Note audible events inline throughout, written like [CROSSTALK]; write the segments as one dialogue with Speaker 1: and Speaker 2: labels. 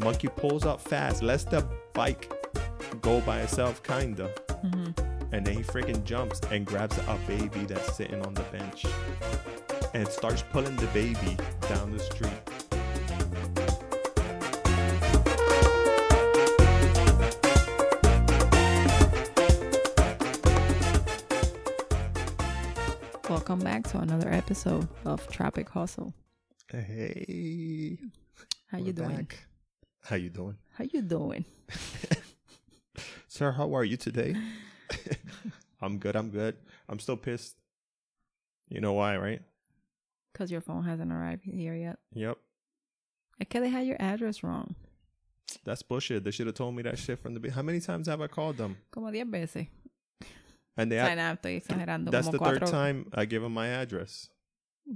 Speaker 1: monkey pulls up fast, lets the bike go by itself, kinda.
Speaker 2: Mm-hmm.
Speaker 1: And then he freaking jumps and grabs a baby that's sitting on the bench and starts pulling the baby down the street.
Speaker 2: Welcome back to another episode of Tropic Hustle.
Speaker 1: Hey,
Speaker 2: How
Speaker 1: we're
Speaker 2: you doing?
Speaker 1: back. How you doing, [LAUGHS]
Speaker 2: How you doing?
Speaker 1: sir? How are you today? [LAUGHS] I'm good. I'm good. I'm still pissed. You know why, right?
Speaker 2: Cause your phone hasn't arrived here yet.
Speaker 1: Yep.
Speaker 2: I they had your address wrong.
Speaker 1: That's bullshit. They should have told me that shit from the beginning. How many times have I called them?
Speaker 2: Como 10 veces.
Speaker 1: And they
Speaker 2: O sea,
Speaker 1: act-
Speaker 2: nada, estoy exagerando.
Speaker 1: that's
Speaker 2: como
Speaker 1: the third
Speaker 2: cuatro,
Speaker 1: time I give them my address,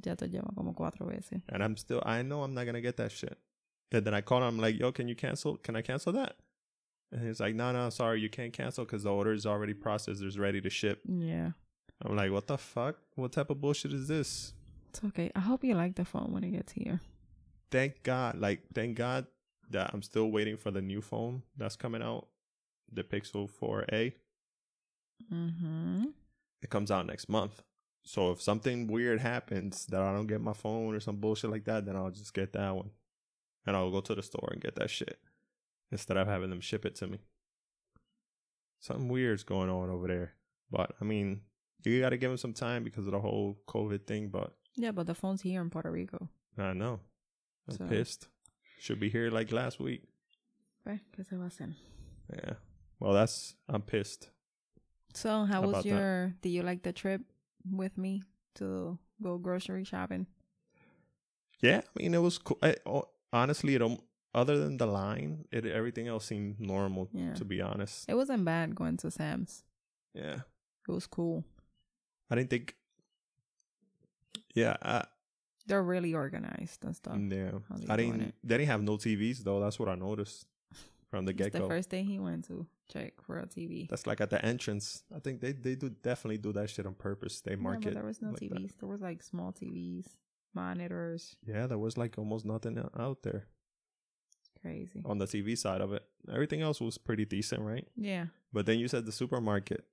Speaker 2: Ya te lleva como cuatro veces.
Speaker 1: and I'm still. I know I'm not gonna get that shit. And then I call them. I'm like, yo, can you cancel? Can I cancel that? And he's like, no, no, sorry, you can't cancel because the order is already processed. It's ready to ship.
Speaker 2: Yeah.
Speaker 1: I'm like, what the fuck? What type of bullshit is this?
Speaker 2: It's okay. I hope you like the phone when it gets here.
Speaker 1: Thank God, like, thank God that I'm still waiting for the new phone that's coming out, the Pixel 4a.
Speaker 2: Mm-hmm.
Speaker 1: it comes out next month. So if something weird happens that I don't get my phone or some bullshit like that, then I'll just get that one. And I'll go to the store and get that shit instead of having them ship it to me. Something weird's going on over there. But I mean, you got to give them some time because of the whole COVID thing. But
Speaker 2: Yeah, but the phone's here in Puerto Rico.
Speaker 1: I know. I'm
Speaker 2: So-
Speaker 1: pissed. Should be here like last week.
Speaker 2: Right? ¿Qué se va a hacer?
Speaker 1: Yeah. Well, that's, I'm pissed.
Speaker 2: So, how
Speaker 1: How
Speaker 2: was
Speaker 1: about that?
Speaker 2: your? Do you like the trip with me to go grocery shopping?
Speaker 1: Yeah, I mean, it was cool. I, o- honestly, it um, other than the line, it everything else seemed normal.
Speaker 2: Yeah.
Speaker 1: To be honest,
Speaker 2: It wasn't bad going to Sam's.
Speaker 1: yeah,
Speaker 2: It was cool.
Speaker 1: I didn't think. Yeah, I,
Speaker 2: They're really organized and stuff.
Speaker 1: yeah,
Speaker 2: how they
Speaker 1: I
Speaker 2: doing
Speaker 1: didn't.
Speaker 2: it?
Speaker 1: They didn't have no TVs though. That's what I noticed from the
Speaker 2: It's
Speaker 1: get
Speaker 2: the
Speaker 1: go.
Speaker 2: first thing he went to check for a TV.
Speaker 1: That's like at the entrance. I think they they do definitely do that shit on purpose. They
Speaker 2: Yeah,
Speaker 1: market.
Speaker 2: but there was no
Speaker 1: like that.
Speaker 2: TVs. There was like small TVs, monitors.
Speaker 1: Yeah, there was like almost nothing out there
Speaker 2: It's crazy.
Speaker 1: on the TV side of it. Everything else was pretty decent, right?
Speaker 2: Yeah,
Speaker 1: But then you said the supermarket.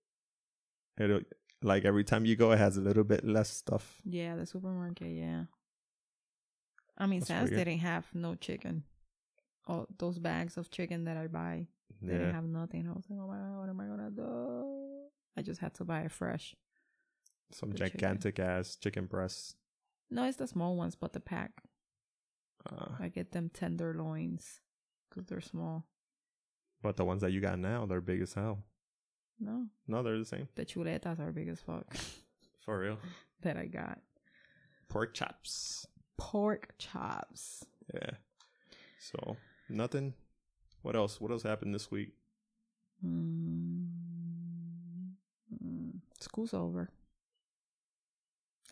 Speaker 1: It'll, like every time you go, it has a little bit less stuff.
Speaker 2: yeah, the supermarket. Yeah. I mean,
Speaker 1: That's
Speaker 2: Sam's
Speaker 1: weird.
Speaker 2: didn't have no chicken. All those bags of chicken that I buy, they
Speaker 1: Yeah.
Speaker 2: didn't have nothing. I was like, oh my god, what am I gonna do? I just had to buy it fresh.
Speaker 1: Some
Speaker 2: the chicken.
Speaker 1: gigantic ass chicken breasts.
Speaker 2: No, it's the small ones, but the pack.
Speaker 1: Uh,
Speaker 2: I get them tenderloins because they're small.
Speaker 1: but the ones that you got now, they're big as hell.
Speaker 2: No,
Speaker 1: No, they're the same.
Speaker 2: the chuletas are big as fuck
Speaker 1: For real.
Speaker 2: that I got.
Speaker 1: Pork chops.
Speaker 2: Pork chops.
Speaker 1: Yeah. So nothing. What else? What else happened this week?
Speaker 2: Mm. Mm. Hmm. School's over.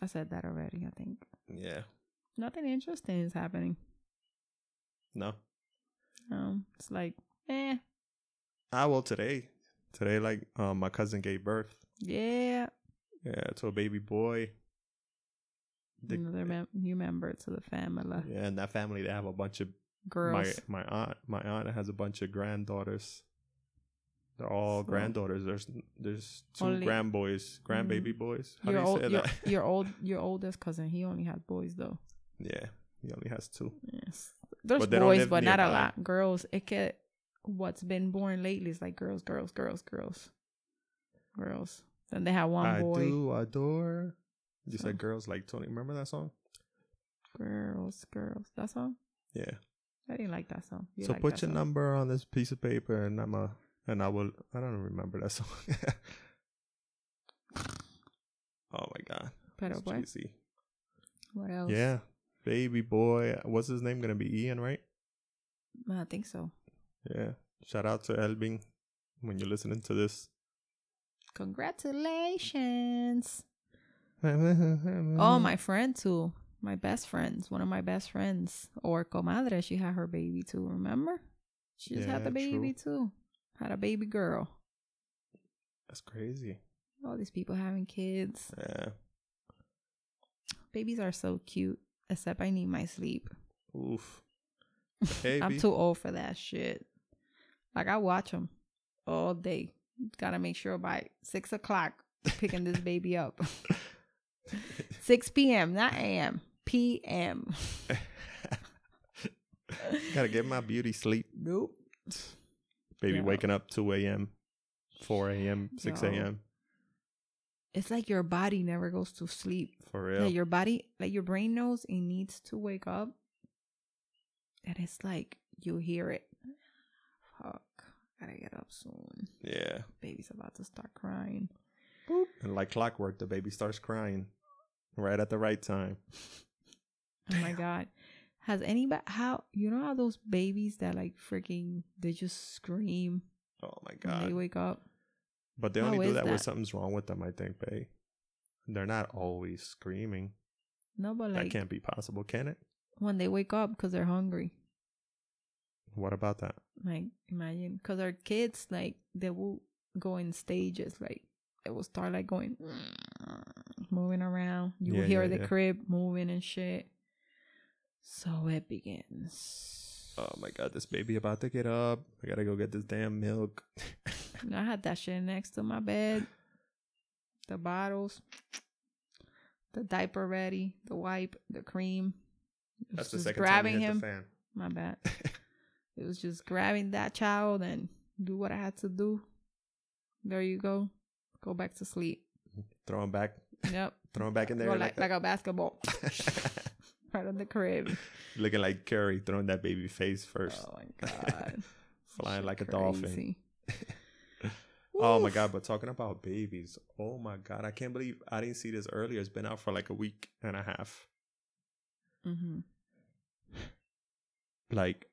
Speaker 2: I said that already, I think.
Speaker 1: Yeah.
Speaker 2: Nothing interesting is happening.
Speaker 1: No.
Speaker 2: Um, it's like, eh,
Speaker 1: Ah well today. Today like um my cousin gave birth.
Speaker 2: yeah.
Speaker 1: Yeah, to a baby boy. The-
Speaker 2: Another mem- new member to the family.
Speaker 1: yeah, and that family they have a bunch of
Speaker 2: Girls.
Speaker 1: My my aunt my aunt has a bunch of granddaughters. They're all
Speaker 2: So-
Speaker 1: granddaughters. There's there's two
Speaker 2: Only- Mm-hmm.
Speaker 1: grandboys, grandbaby boys. How
Speaker 2: your
Speaker 1: do you
Speaker 2: old,
Speaker 1: say
Speaker 2: your,
Speaker 1: that? [LAUGHS]
Speaker 2: [LAUGHS] your old, your oldest cousin. He only had boys though.
Speaker 1: yeah, he only has two.
Speaker 2: Yes, there's
Speaker 1: But they don't
Speaker 2: boys,
Speaker 1: live
Speaker 2: but not a
Speaker 1: nearby.
Speaker 2: lot. Girls. It get what's been born lately is like girls, girls, girls, girls, girls. Then they had one
Speaker 1: I
Speaker 2: boy.
Speaker 1: do adore. You
Speaker 2: So-
Speaker 1: said girls like Tony. Remember that song?
Speaker 2: Girls, girls. That song.
Speaker 1: Yeah.
Speaker 2: I didn't like that song. You
Speaker 1: so
Speaker 2: like
Speaker 1: put
Speaker 2: that
Speaker 1: your
Speaker 2: song.
Speaker 1: number on this piece of paper, and I'm a and I will. I don't remember that [LAUGHS] song. oh my god,
Speaker 2: Pero
Speaker 1: it's
Speaker 2: what?
Speaker 1: cheesy.
Speaker 2: What else?
Speaker 1: Yeah, baby boy. What's his name gonna be? Ian, right?
Speaker 2: I think so.
Speaker 1: Yeah. Shout out to Elbing when you're listening to this.
Speaker 2: Congratulations. Oh,
Speaker 1: Oh
Speaker 2: my friend too. My best friends. One of my best friends, or comadre. She had her baby too. Remember? She just had
Speaker 1: Yeah,
Speaker 2: the baby too. Had a baby girl.
Speaker 1: [LAUGHS] That's crazy.
Speaker 2: All these people having kids.
Speaker 1: Yeah.
Speaker 2: Babies are so cute. Except I need my sleep.
Speaker 1: Oof. Baby.
Speaker 2: [LAUGHS] I'm too old for that shit. Like I watch them all day. Gotta make sure by six o'clock picking this baby
Speaker 1: [LAUGHS]
Speaker 2: up. six p.m. Not a.m. p.m.
Speaker 1: [LAUGHS] Gotta get my beauty sleep.
Speaker 2: Nope.
Speaker 1: Baby
Speaker 2: Yeah.
Speaker 1: waking up 2 a.m., 4 a.m., 6
Speaker 2: Yo.
Speaker 1: a.m.
Speaker 2: It's like your body never goes to sleep.
Speaker 1: For
Speaker 2: Yeah.
Speaker 1: real.
Speaker 2: your body, like your brain knows it needs to wake up, and it's like you hear it. Fuck. Gotta get up soon.
Speaker 1: yeah.
Speaker 2: Baby's about to start crying.
Speaker 1: And like clockwork, the baby starts crying right at the right time.
Speaker 2: Oh my god. Has anybody how you know how those babies that like freaking they just scream
Speaker 1: Oh my
Speaker 2: when
Speaker 1: God.
Speaker 2: they wake up?
Speaker 1: but they
Speaker 2: How
Speaker 1: only do
Speaker 2: is
Speaker 1: that, when
Speaker 2: that?
Speaker 1: something's wrong with them, I think, babe. They're not always screaming.
Speaker 2: No, but
Speaker 1: that
Speaker 2: like
Speaker 1: can't be possible, can it?
Speaker 2: when they wake up because they're hungry.
Speaker 1: What about that?
Speaker 2: Like imagine because our kids like they will go in stages. Like they will start like going [SNIFFS] moving around. You
Speaker 1: Yeah,
Speaker 2: will hear
Speaker 1: yeah,
Speaker 2: the
Speaker 1: yeah.
Speaker 2: crib moving and shit. So it begins.
Speaker 1: Oh my God, this baby about to get up. I gotta go get this damn milk.
Speaker 2: [LAUGHS] I had that shit next to my bed. The bottles, the diaper ready, the wipe, the cream. It was just grabbing him.
Speaker 1: fan. [LAUGHS]
Speaker 2: My bad. it was just grabbing that child and do what I had to do. There you go. Go back to sleep.
Speaker 1: Throw him back.
Speaker 2: Yep.
Speaker 1: Throw him back in [LAUGHS] there.
Speaker 2: Go
Speaker 1: like
Speaker 2: like, like a basketball. [LAUGHS]
Speaker 1: that. [LAUGHS]
Speaker 2: right on the crib.
Speaker 1: Looking like Curry throwing that baby face first.
Speaker 2: Oh my god.
Speaker 1: [LAUGHS] Flying
Speaker 2: Shit
Speaker 1: like a dolphin.
Speaker 2: crazy.
Speaker 1: [LAUGHS] Oh my
Speaker 2: Woof.
Speaker 1: god, but talking about babies. Oh my god, I can't believe I didn't see this earlier. It's been out for like a week and a half.
Speaker 2: Mhm.
Speaker 1: Like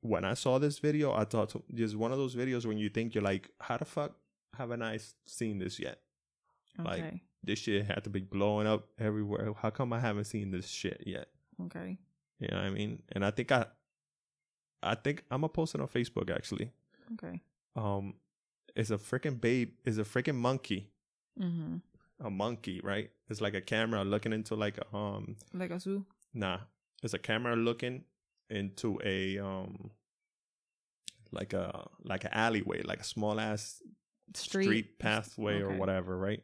Speaker 1: when I saw this video, I thought to- just one of those videos when you think you're like, how the fuck haven't I s- seen this yet? Like-
Speaker 2: Okay.
Speaker 1: This shit had to be blowing up everywhere. How come I haven't seen this shit yet?
Speaker 2: okay.
Speaker 1: You know what I mean? And I think I I think I'm gonna post it on Facebook actually.
Speaker 2: Okay.
Speaker 1: Um it's a freaking babe is a freaking monkey.
Speaker 2: Mhm.
Speaker 1: A monkey, right? It's like a camera looking into like a um
Speaker 2: Like a zoo.
Speaker 1: Nah, it's a camera looking into a um like a like an alleyway, like a small ass street,
Speaker 2: Street.
Speaker 1: pathway or
Speaker 2: okay.
Speaker 1: whatever, right?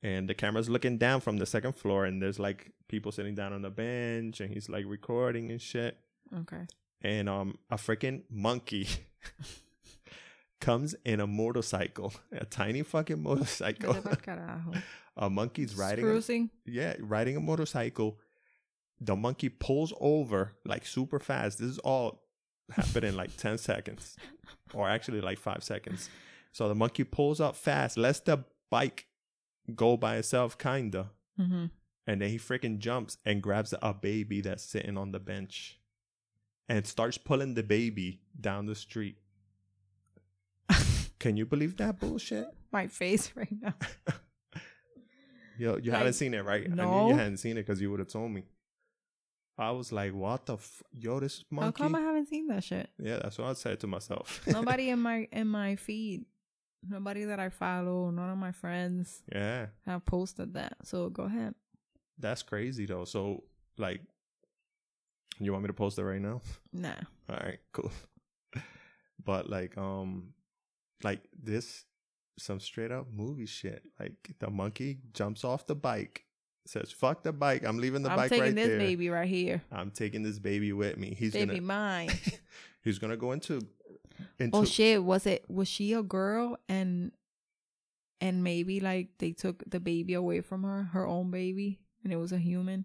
Speaker 1: And the camera's looking down from the second floor, and there's like people sitting down on the bench, and he's like recording and shit.
Speaker 2: Okay.
Speaker 1: [LAUGHS] And um, a freaking monkey [LAUGHS] comes in a motorcycle, [LAUGHS] a tiny fucking motorcycle.
Speaker 2: Vete pa'l carajo.
Speaker 1: [LAUGHS] a monkey's riding. a-
Speaker 2: Cruising.
Speaker 1: yeah, riding a motorcycle. The monkey pulls over like super fast. This is all happened in like 10 seconds, or actually like five seconds. So the monkey pulls up fast, lets the bike go by itself, kinda.
Speaker 2: Mm-hmm.
Speaker 1: And then he freaking jumps and grabs a baby that's sitting on the bench and starts pulling the baby down the street. Can you believe that bullshit?
Speaker 2: My face [LAUGHS] right now.
Speaker 1: Yo, you
Speaker 2: Like,
Speaker 1: haven't seen it, right? I knew
Speaker 2: no.
Speaker 1: you hadn't seen it because you would have told me. I was like, "What the f- yo? This
Speaker 2: How
Speaker 1: monkey."
Speaker 2: come I haven't seen that
Speaker 1: [LAUGHS]
Speaker 2: shit?
Speaker 1: yeah, that's what I said to myself. [LAUGHS]
Speaker 2: Nobody in my in my feed, nobody that I follow, none of my friends
Speaker 1: yeah,
Speaker 2: have posted that. So go ahead.
Speaker 1: that's crazy though. So, like, you want me to post it right now? [LAUGHS]
Speaker 2: Nah.
Speaker 1: All right, cool. [LAUGHS] But like, um, like this, some straight up movie shit. Like the monkey jumps off the bike, says, "Fuck the bike! I'm leaving the
Speaker 2: I'm
Speaker 1: bike
Speaker 2: taking
Speaker 1: right
Speaker 2: this
Speaker 1: there.
Speaker 2: baby right here.
Speaker 1: I'm taking this baby with me. He's
Speaker 2: baby
Speaker 1: gonna."
Speaker 2: mine.
Speaker 1: [LAUGHS] He's gonna go into into [LAUGHS]
Speaker 2: oh shit, was it was she a girl and and maybe like they took the baby away from her, her own baby, and it was a human.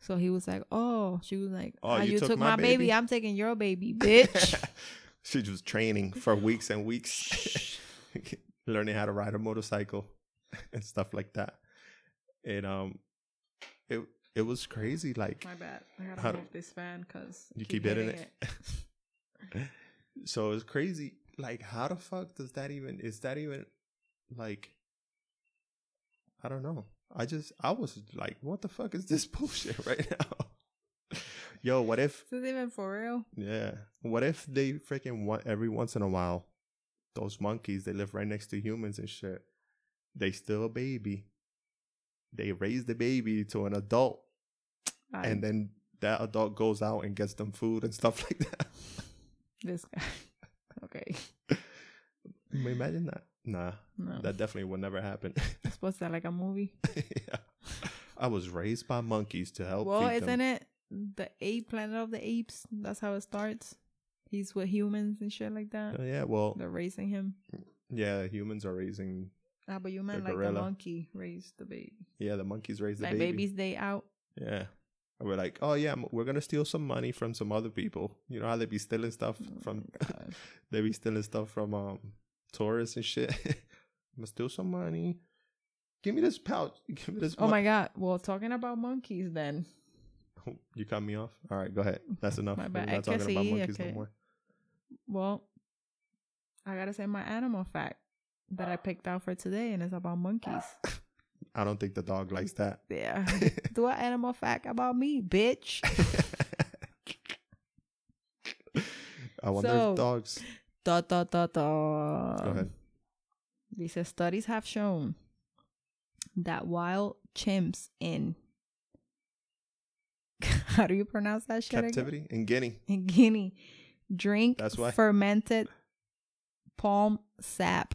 Speaker 2: So he was like, "Oh," she was like,
Speaker 1: Oh, you took my baby?
Speaker 2: I'm taking
Speaker 1: [LAUGHS]
Speaker 2: your baby, bitch."
Speaker 1: she was training for weeks and weeks, [LAUGHS] learning how to ride a motorcycle [LAUGHS] and stuff like that. And um, it it was crazy. Like
Speaker 2: My bad. I gotta
Speaker 1: How do-
Speaker 2: move this fan because
Speaker 1: you keep, hitting, it. [LAUGHS] so it's crazy. Like how the fuck does that even? Is that even like? I don't know. I just I was like, what the fuck is this [LAUGHS] bullshit right now? [LAUGHS] Yo, what if
Speaker 2: Is this even for real?
Speaker 1: Yeah. What if they freaking want every once in a while, those monkeys they live right next to humans and shit. They still a baby. They raise the baby to an adult
Speaker 2: I,
Speaker 1: and then that adult goes out and gets them food and [LAUGHS] stuff like that.
Speaker 2: This guy. [LAUGHS]
Speaker 1: [LAUGHS]
Speaker 2: Okay.
Speaker 1: Imagine that. Nah,
Speaker 2: No.
Speaker 1: that definitely would never happen. [LAUGHS]
Speaker 2: That's- What's that like a movie?
Speaker 1: yeah. I was raised by monkeys to help.
Speaker 2: well,
Speaker 1: feed
Speaker 2: isn't
Speaker 1: them.
Speaker 2: it the ape planet of the apes? That's how it starts. He's with humans and shit like that.
Speaker 1: Uh, yeah, well,
Speaker 2: They're raising him.
Speaker 1: yeah, humans are raising.
Speaker 2: Ah, but you meant like the
Speaker 1: gorilla.
Speaker 2: monkey raised the baby.
Speaker 1: Yeah, the monkeys raise the
Speaker 2: like
Speaker 1: baby.
Speaker 2: baby's day out.
Speaker 1: Yeah. And we're like, oh yeah, m- we're gonna steal some money from some other people. You know how they be stealing stuff
Speaker 2: Oh
Speaker 1: from [LAUGHS]
Speaker 2: my God.
Speaker 1: they be stealing stuff from um tourists and shit. [LAUGHS] I'm gonna steal some money. Give me this pouch. [LAUGHS] Give me this.
Speaker 2: oh my god. Well, talking about monkeys then.
Speaker 1: mon- [LAUGHS] You cut me off. All right, go ahead. That's enough.
Speaker 2: My
Speaker 1: We're
Speaker 2: bad.
Speaker 1: not
Speaker 2: Es que
Speaker 1: talking about
Speaker 2: sí,
Speaker 1: monkeys no
Speaker 2: okay.
Speaker 1: more.
Speaker 2: Well, I gotta say my animal fact that I picked out for today, and it's about monkeys.
Speaker 1: [LAUGHS] I don't think the dog likes that. [LAUGHS]
Speaker 2: Yeah. Do an animal fact about me, bitch.
Speaker 1: I wonder
Speaker 2: So-
Speaker 1: if dogs.
Speaker 2: Da, da, da,
Speaker 1: Go
Speaker 2: da.
Speaker 1: ahead.
Speaker 2: These studies have shown that while chimps in [LAUGHS] how do you pronounce that shit again?
Speaker 1: Captivity in Guinea.
Speaker 2: [LAUGHS] in Guinea drink
Speaker 1: That's why.
Speaker 2: fermented palm sap,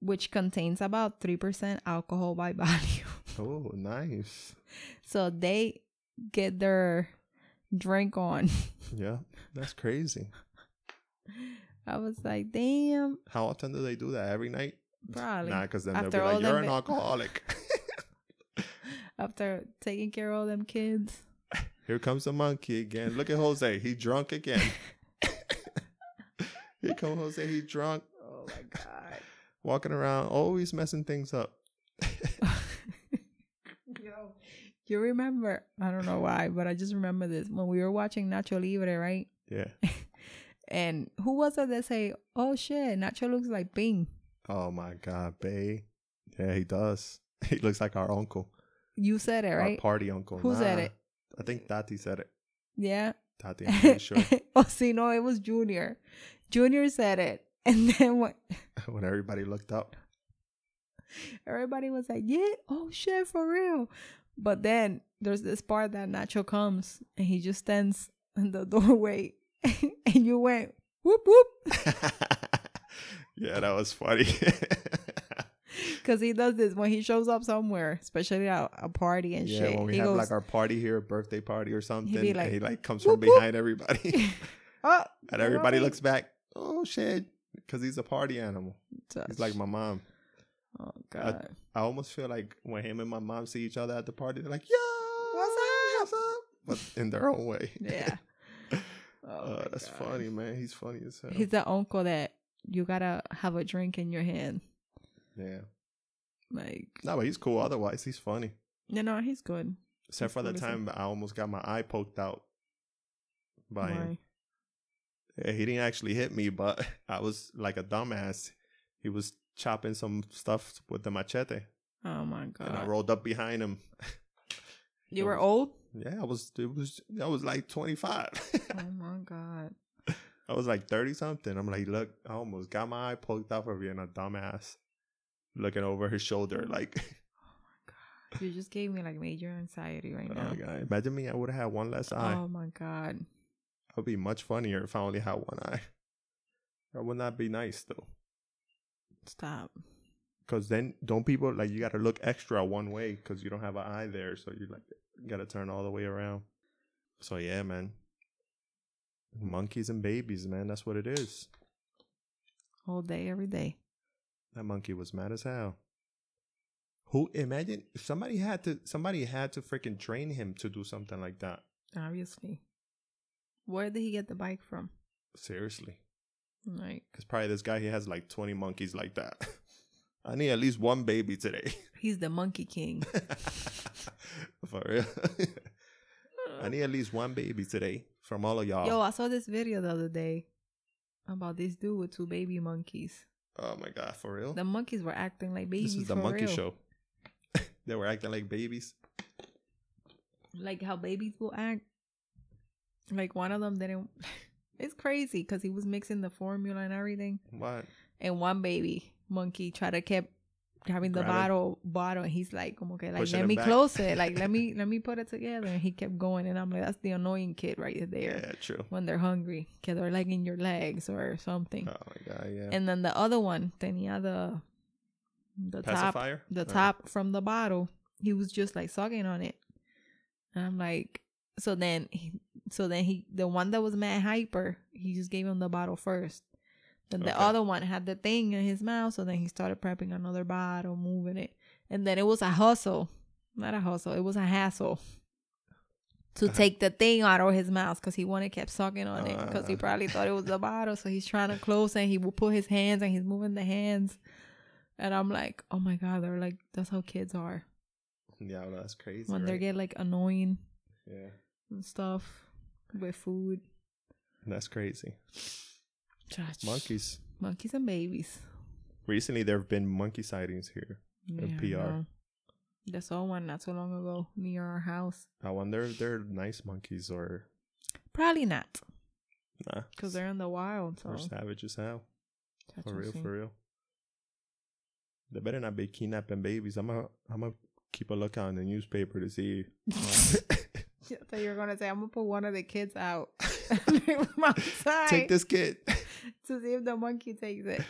Speaker 2: which contains about 3% alcohol by [LAUGHS] volume.
Speaker 1: Oh, nice.
Speaker 2: So they get their drink on.
Speaker 1: Yeah, that's crazy.
Speaker 2: I was like, damn,
Speaker 1: How often do they do that? Every night?
Speaker 2: probably.
Speaker 1: Nah, because then
Speaker 2: After
Speaker 1: they'll be
Speaker 2: all
Speaker 1: like, "You're
Speaker 2: them
Speaker 1: an
Speaker 2: ba-
Speaker 1: alcoholic."
Speaker 2: [LAUGHS] After taking care of all them kids.
Speaker 1: Here comes the monkey again. Look at Jose. He drunk again.
Speaker 2: [LAUGHS]
Speaker 1: Here come Jose. He drunk,
Speaker 2: Oh my God.
Speaker 1: walking around, always messing things up.
Speaker 2: [LAUGHS]
Speaker 1: [LAUGHS]
Speaker 2: Yo, you remember, I don't know why, but I just remember this. When we were watching Nacho Libre, right?
Speaker 1: Yeah.
Speaker 2: And who was it that say, "Oh shit, Nacho looks like Bing"?
Speaker 1: Oh my God, babe. Yeah, he does. He looks like our uncle,
Speaker 2: You said it,
Speaker 1: our
Speaker 2: right?
Speaker 1: party uncle.
Speaker 2: Who said
Speaker 1: Nah,
Speaker 2: it?
Speaker 1: I think Tati said it.
Speaker 2: yeah.
Speaker 1: Tati, I'm pretty
Speaker 2: [LAUGHS]
Speaker 1: sure. [LAUGHS]
Speaker 2: oh, see, no, it was Junior. Junior said it, and then what?
Speaker 1: when everybody looked
Speaker 2: [LAUGHS]
Speaker 1: up, [LAUGHS]
Speaker 2: Everybody was like, "Yeah, oh shit, for real." But then there's this part that Nacho comes and he just stands in the [LAUGHS] doorway, and you went whoop whoop
Speaker 1: yeah, that was funny. [LAUGHS]
Speaker 2: because he does this when he shows up somewhere, especially at a party and
Speaker 1: yeah,
Speaker 2: shit.
Speaker 1: when we
Speaker 2: he
Speaker 1: have
Speaker 2: goes,
Speaker 1: like our party here, birthday party or something,
Speaker 2: like,
Speaker 1: and he like comes
Speaker 2: "Whoop,
Speaker 1: from
Speaker 2: whoop."
Speaker 1: behind everybody.
Speaker 2: [LAUGHS] [LAUGHS] "Oh,"
Speaker 1: And everybody
Speaker 2: Right.
Speaker 1: looks back. Oh shit, because he's a party animal. He's like my Uh, mom.
Speaker 2: "Oh god."
Speaker 1: I almost feel like when him and my mom see each other at the party, they're like, "Yo, what's up?" But in their own way.
Speaker 2: [LAUGHS] [LAUGHS] Yeah. Oh,
Speaker 1: [LAUGHS] Uh,
Speaker 2: my
Speaker 1: that's
Speaker 2: God.
Speaker 1: funny, man. He's funny as hell.
Speaker 2: He's the uncle that you gotta have a drink in your hand.
Speaker 1: yeah.
Speaker 2: Like,
Speaker 1: No, but he's cool. Otherwise, he's funny.
Speaker 2: no, no, he's good.
Speaker 1: Except
Speaker 2: He's
Speaker 1: for the
Speaker 2: cool as hell.
Speaker 1: time I almost got my eye poked out by him.
Speaker 2: Why?
Speaker 1: Yeah, he didn't actually hit me, but [LAUGHS] I was like a dumbass. He was chopping some stuff with the machete,
Speaker 2: Oh my
Speaker 1: and I
Speaker 2: god!
Speaker 1: rolled up behind him. [LAUGHS]
Speaker 2: You were old.
Speaker 1: Yeah, I was. It was. I was like twenty five.
Speaker 2: oh my god!
Speaker 1: [LAUGHS] I was like thirty something. I'm like, look, I almost got my eye poked out for being a dumbass, looking over his shoulder. Like, [LAUGHS]
Speaker 2: You just gave me like major anxiety right
Speaker 1: oh
Speaker 2: now.
Speaker 1: my God. imagine me. I would have had one less eye.
Speaker 2: Oh my god!
Speaker 1: I'd be much funnier if I only had one eye. That would not be nice though,
Speaker 2: Stop.
Speaker 1: because then don't people like you got to look extra one way because you don't have an eye there, so you like got to turn all the way around. So yeah, man. Monkeys and babies, man. That's what it is.
Speaker 2: All day, every day.
Speaker 1: That monkey was mad as hell. Who imagine if somebody had to somebody had to freaking train him to do something like that.
Speaker 2: Obviously. Where did he get the bike from?
Speaker 1: Seriously.
Speaker 2: Like,
Speaker 1: Cuz probably this guy he has like 20 monkeys like that. [LAUGHS] I need at least one baby today. [LAUGHS]
Speaker 2: he's the monkey king.
Speaker 1: For real. [LAUGHS] I need at least one baby today from all of y'all.
Speaker 2: Yo, I saw this video the other day about this dude with two baby monkeys.
Speaker 1: oh my god, for real?
Speaker 2: The monkeys were acting like babies.
Speaker 1: This is the
Speaker 2: for
Speaker 1: monkey
Speaker 2: real.
Speaker 1: show. [LAUGHS] they were acting like babies.
Speaker 2: Like how babies will act. Like one of them didn't. [LAUGHS] It's crazy because he was mixing the formula and everything,
Speaker 1: What?
Speaker 2: and one baby monkey tried to keep having the
Speaker 1: Grab it.
Speaker 2: bottle bottle and he's like como que like
Speaker 1: Pushing
Speaker 2: let
Speaker 1: it
Speaker 2: me
Speaker 1: back.
Speaker 2: close it like let
Speaker 1: [LAUGHS]
Speaker 2: me let me put it together and he kept going and i'm like that's the annoying kid right there
Speaker 1: Yeah, true.
Speaker 2: when they're hungry que they're like in your legs or
Speaker 1: Oh
Speaker 2: something
Speaker 1: my god, yeah.
Speaker 2: and then the other one tenía the the top
Speaker 1: Pacifier.
Speaker 2: the
Speaker 1: Uh,
Speaker 2: top from the bottle he was just like sucking on it and i'm like so then he- so then he the one that was mad hyper he just gave him the bottle first then the
Speaker 1: Okay.
Speaker 2: other one had the thing in his mouth so then he started prepping another bottle moving it and then it was a hustle not a hustle it was a
Speaker 1: [LAUGHS]
Speaker 2: hassle to
Speaker 1: Uh-huh.
Speaker 2: take the thing out of his mouth because he wanted kept sucking on it because he
Speaker 1: Ah.
Speaker 2: probably thought it was the bottle so he's trying to close and he will put his hands and he's moving the hands and i'm like oh my god they're like that's how kids are
Speaker 1: Yeah, well, that's crazy.
Speaker 2: when they
Speaker 1: right?
Speaker 2: get like annoying
Speaker 1: yeah,
Speaker 2: and stuff with food
Speaker 1: that's crazy.
Speaker 2: Chach.
Speaker 1: Monkeys.
Speaker 2: monkeys and babies
Speaker 1: Recently, there have been monkey sightings here. And
Speaker 2: I
Speaker 1: PR.
Speaker 2: know. They saw one not so long ago near our house
Speaker 1: I wonder if they're nice monkeys or
Speaker 2: probably not
Speaker 1: nah.
Speaker 2: because they're in the wild so
Speaker 1: they're savage as hell.
Speaker 2: Chach,
Speaker 1: For
Speaker 2: we'll
Speaker 1: real,
Speaker 2: see.
Speaker 1: for real. They better not be kidnapping babies. I'm gonna, I'm gonna keep a lookout in the newspaper to
Speaker 2: [LAUGHS]
Speaker 1: see. [LAUGHS]
Speaker 2: I thought you were gonna say I'm gonna put one of the kids out [LAUGHS] from outside
Speaker 1: Take this kid. [LAUGHS]
Speaker 2: to see if the monkey takes it.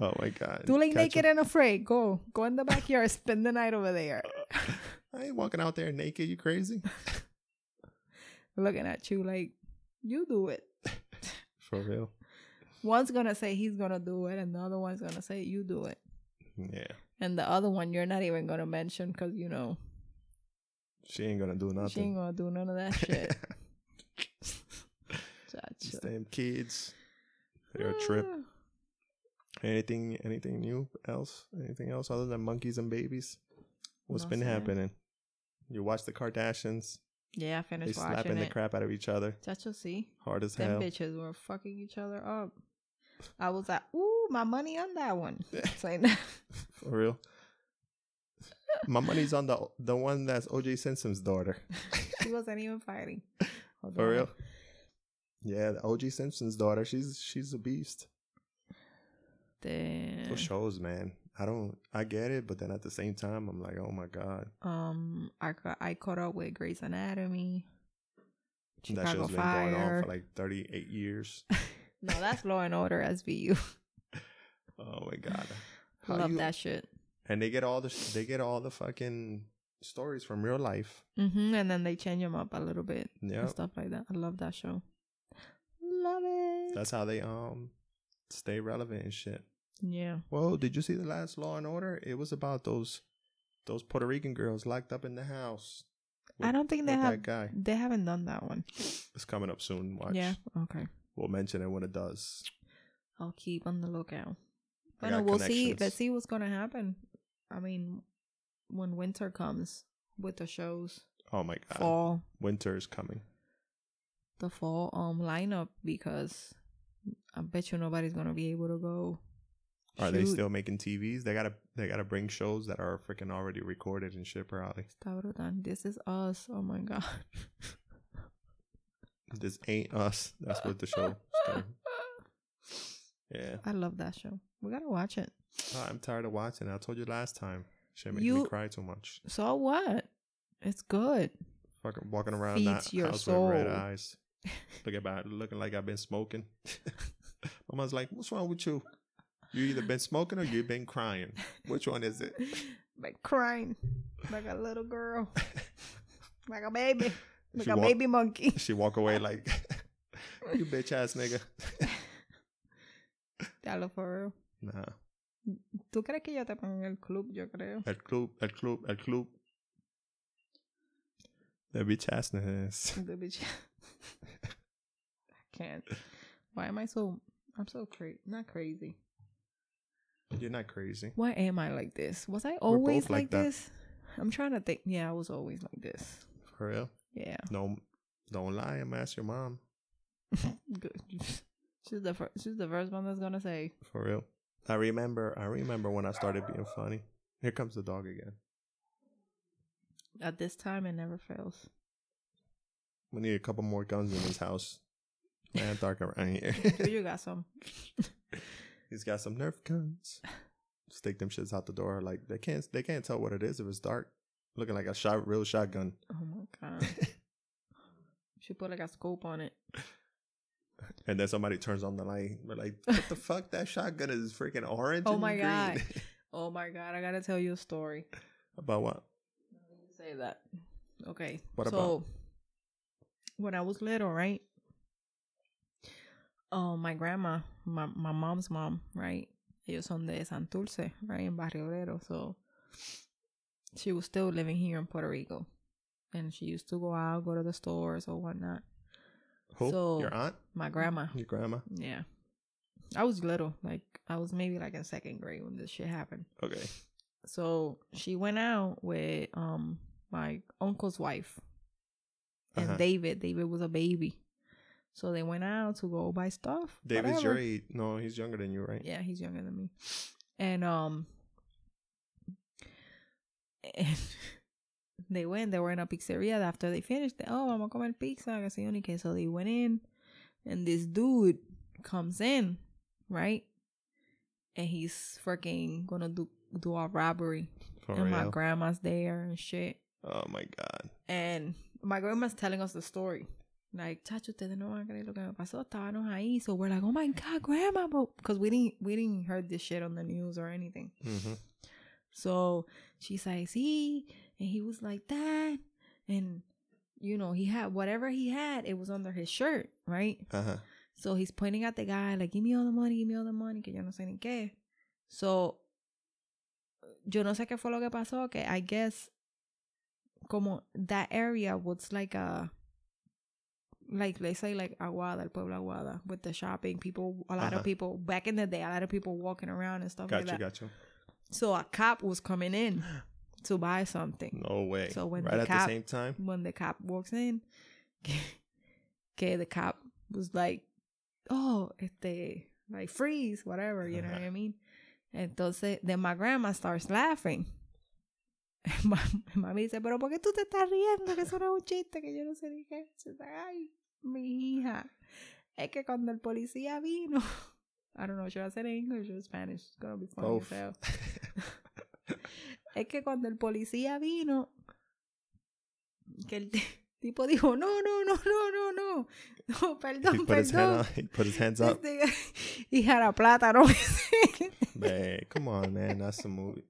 Speaker 1: Oh my god.
Speaker 2: Do like
Speaker 1: Catch
Speaker 2: naked
Speaker 1: 'em.
Speaker 2: and afraid. Go, go in the backyard. [LAUGHS] spend the night over there.
Speaker 1: [LAUGHS] I ain't walking out there naked. You crazy?
Speaker 2: Looking at you like you do it.
Speaker 1: For real.
Speaker 2: One's gonna say he's gonna do it, and the other one's gonna say you do it,
Speaker 1: Yeah.
Speaker 2: and the other one you're not even gonna mention because you know
Speaker 1: She ain't gonna do
Speaker 2: she ain't
Speaker 1: nothing.
Speaker 2: gonna do none of that shit.
Speaker 1: [LAUGHS]
Speaker 2: Chacha.
Speaker 1: These damn kids. They're a trip.
Speaker 2: Ah.
Speaker 1: Anything anything new else? Anything else other than monkeys and babies? What's been
Speaker 2: Nothing.
Speaker 1: happening? You watch the Kardashians.
Speaker 2: [SIGHS] Yeah, I
Speaker 1: They
Speaker 2: finished watching
Speaker 1: slapping the
Speaker 2: it.
Speaker 1: crap out of each other.
Speaker 2: Chacha, see.
Speaker 1: Hard as
Speaker 2: Them
Speaker 1: hell.
Speaker 2: bitches were fucking each other up. I was like, ooh, my money on that one. Saying that.
Speaker 1: For real. My money's on the the one that's OJ Simpson's daughter.
Speaker 2: [LAUGHS] She wasn't even fighting. Hold
Speaker 1: For
Speaker 2: on.
Speaker 1: real. Yeah, the OJ Simpson's daughter. She's she's a beast.
Speaker 2: Damn.
Speaker 1: Those shows, man. I don't I get it, but then at the same time I'm like, oh my god.
Speaker 2: Um, I ca- I caught up with Grey's Anatomy.
Speaker 1: that
Speaker 2: Chicago
Speaker 1: show's been going on
Speaker 2: Fire.
Speaker 1: for like thirty eight
Speaker 2: [LAUGHS]
Speaker 1: years.
Speaker 2: no, that's Law and Order
Speaker 1: [LAUGHS]
Speaker 2: SVU.
Speaker 1: Oh my god.
Speaker 2: Love
Speaker 1: you-
Speaker 2: that shit.
Speaker 1: And they get all the sh- they get all the fucking stories from real life.
Speaker 2: hmm And then they change them up a little bit
Speaker 1: Yeah.
Speaker 2: and stuff like that. I love that show. Love it.
Speaker 1: That's how they um stay relevant and shit.
Speaker 2: yeah.
Speaker 1: Well, did you see the last Law and Order? It was about those those Puerto Rican girls locked up in the house.
Speaker 2: I don't think
Speaker 1: with
Speaker 2: they
Speaker 1: that
Speaker 2: have.
Speaker 1: guy.
Speaker 2: They haven't done that one.
Speaker 1: It's coming up soon. Watch.
Speaker 2: Yeah. Okay.
Speaker 1: We'll mention it when it does.
Speaker 2: I'll keep on the lookout.
Speaker 1: I
Speaker 2: Bueno,
Speaker 1: got
Speaker 2: we'll see.
Speaker 1: connections.
Speaker 2: Let's see what's gonna happen. I mean, when winter comes with the shows,
Speaker 1: Oh my god.
Speaker 2: fall,
Speaker 1: Winter is coming.
Speaker 2: the fall um lineup because I bet you nobody's gonna be able to go.
Speaker 1: Are they
Speaker 2: Shoot.
Speaker 1: still making TVs? They gotta they gotta bring shows that are freaking already recorded and shit probably.
Speaker 2: Está brutal. This is us. Oh my god. [LAUGHS]
Speaker 1: This ain't us. That's what the show is
Speaker 2: [LAUGHS]
Speaker 1: called. Yeah.
Speaker 2: I love that show. We gotta watch it.
Speaker 1: Oh, I'm tired of watching. it. I told you last time. Shit makes me
Speaker 2: You-
Speaker 1: cry too much.
Speaker 2: So what? It's good. [LAUGHS]
Speaker 1: Fucking walking around
Speaker 2: Feeds
Speaker 1: that
Speaker 2: your
Speaker 1: house with red
Speaker 2: soul.
Speaker 1: eyes. Look at my looking like I've been smoking. [LAUGHS] my mom's like, "What's wrong with you? You either been smoking or you've been crying. Which one is it?" [LAUGHS]
Speaker 2: like crying like a little girl, like
Speaker 1: [LAUGHS]
Speaker 2: a baby, like
Speaker 1: She
Speaker 2: a
Speaker 1: walk-
Speaker 2: baby monkey. [LAUGHS]
Speaker 1: She walk [LAUGHS] away like, "You bitch ass nigga."
Speaker 2: Ya lo for real.
Speaker 1: Nah,
Speaker 2: ¿Tú crees que ya te pongo en el club? Yo creo.
Speaker 1: at club, at club, at club. That bitch assness.
Speaker 2: The bitch. I can't. Why am I so? I'm so crazy. Not crazy.
Speaker 1: [LAUGHS] You're not crazy.
Speaker 2: Why am I like this? Was I
Speaker 1: both
Speaker 2: always
Speaker 1: like
Speaker 2: like,
Speaker 1: that.
Speaker 2: this? I'm trying to think. Yeah, I was always like this.
Speaker 1: For real.
Speaker 2: Yeah. [LAUGHS]
Speaker 1: No, don't lie. I'm ask your mom.
Speaker 2: Good. She's the first. She's the first one that's gonna say.
Speaker 1: For real. I remember. I remember when I started being funny. Here comes the dog again.
Speaker 2: At this time, it never fails.
Speaker 1: We need a couple more guns in his house. Man, dark around here. [LAUGHS]
Speaker 2: But you got some.
Speaker 1: He's got some Nerf guns. stick them shits out the door. Like they can't they can't tell what it is if it's dark. Looking like a shot real shotgun.
Speaker 2: Oh my
Speaker 1: [LAUGHS]
Speaker 2: god. Should put like a scope on it.
Speaker 1: And then somebody turns on the light. We're
Speaker 2: [LAUGHS]
Speaker 1: like, what the fuck? That shotgun is freaking orange.
Speaker 2: Oh
Speaker 1: and
Speaker 2: my
Speaker 1: green."
Speaker 2: God. Oh my god, I gotta tell you a story.
Speaker 1: [LAUGHS] About what?
Speaker 2: Say that. Okay.
Speaker 1: What
Speaker 2: so,
Speaker 1: about?
Speaker 2: when I was little, right? Oh, my grandma, my my mom's mom, right? Ellos son de Santurce, right, in Barrio Obrero. So she was still living here in Puerto Rico, and she used to go out, go to the stores or whatnot.
Speaker 1: Who?
Speaker 2: so-
Speaker 1: Your aunt?
Speaker 2: My grandma,
Speaker 1: Your grandma?
Speaker 2: yeah. I was little, like I was maybe like in second grade when this shit happened.
Speaker 1: Okay.
Speaker 2: So she went out with um my uncle's wife and
Speaker 1: Uh-huh.
Speaker 2: David. David was a baby. So they went out to go buy stuff.
Speaker 1: David's
Speaker 2: whatever.
Speaker 1: your age. No, he's younger than you, right?
Speaker 2: Yeah, he's younger than me. And um and [LAUGHS] they went, they were in a pizzeria after they finished. They, oh, I'm gonna comer pizza, que sé yo ni qué. So they went in and this dude comes in, right? And he's freaking gonna do do a robbery
Speaker 1: For
Speaker 2: and my
Speaker 1: real?
Speaker 2: grandma's there and shit.
Speaker 1: oh my god.
Speaker 2: And my grandma's telling us the story. Like, chacho, ustedes no van a creer lo que me pasó. Estábamos ahí. So we're like, oh my God, grandma. Because we didn't, we didn't heard this shit on the news or anything.
Speaker 1: hmm
Speaker 2: So she's like, see? And he was like that. And, you know, he had whatever he had, it was under his shirt, right?
Speaker 1: Uh huh.
Speaker 2: So he's pointing at the guy, like, give me all the money, give me all the money, que yo no sé ni qué. So, yo no sé qué fue lo que pasó, que I guess, como that area was like a, like, let's say, like Aguada, el Pueblo Aguada, with the shopping, people, a lot
Speaker 1: Uh-huh.
Speaker 2: of people, back in the day, a lot of people walking around and stuff
Speaker 1: Gotcha,
Speaker 2: like that.
Speaker 1: gotcha.
Speaker 2: So a cop was coming in to buy something.
Speaker 1: No way.
Speaker 2: So when
Speaker 1: right
Speaker 2: the
Speaker 1: at
Speaker 2: cop-
Speaker 1: the same time.
Speaker 2: [LAUGHS] when the cop walks in, okay, the cop was like, oh, este, like freeze, whatever, you know what I mean? Entonces, then my grandma starts laughing. [LAUGHS] Ma- Mami dice, pero ¿por qué tú te estás riendo? Que eso no es un chiste, que yo no sé ni qué. She's like, Ay, mi hija, es que cuando el policía vino, [LAUGHS] I don't know, should I say it in English or Spanish? It's gonna be funny as
Speaker 1: Both.
Speaker 2: hell. [LAUGHS] Es que cuando el policía vino, que el [LAUGHS] t- tipo dijo, no, no, no, no, no, no,
Speaker 1: he
Speaker 2: no, perdón,
Speaker 1: put his hand
Speaker 2: perdón.
Speaker 1: on,
Speaker 2: [LAUGHS]
Speaker 1: he put his hands up.
Speaker 2: Este, [LAUGHS] hija la plata, ¿no?
Speaker 1: man, come on, man. That's the movie.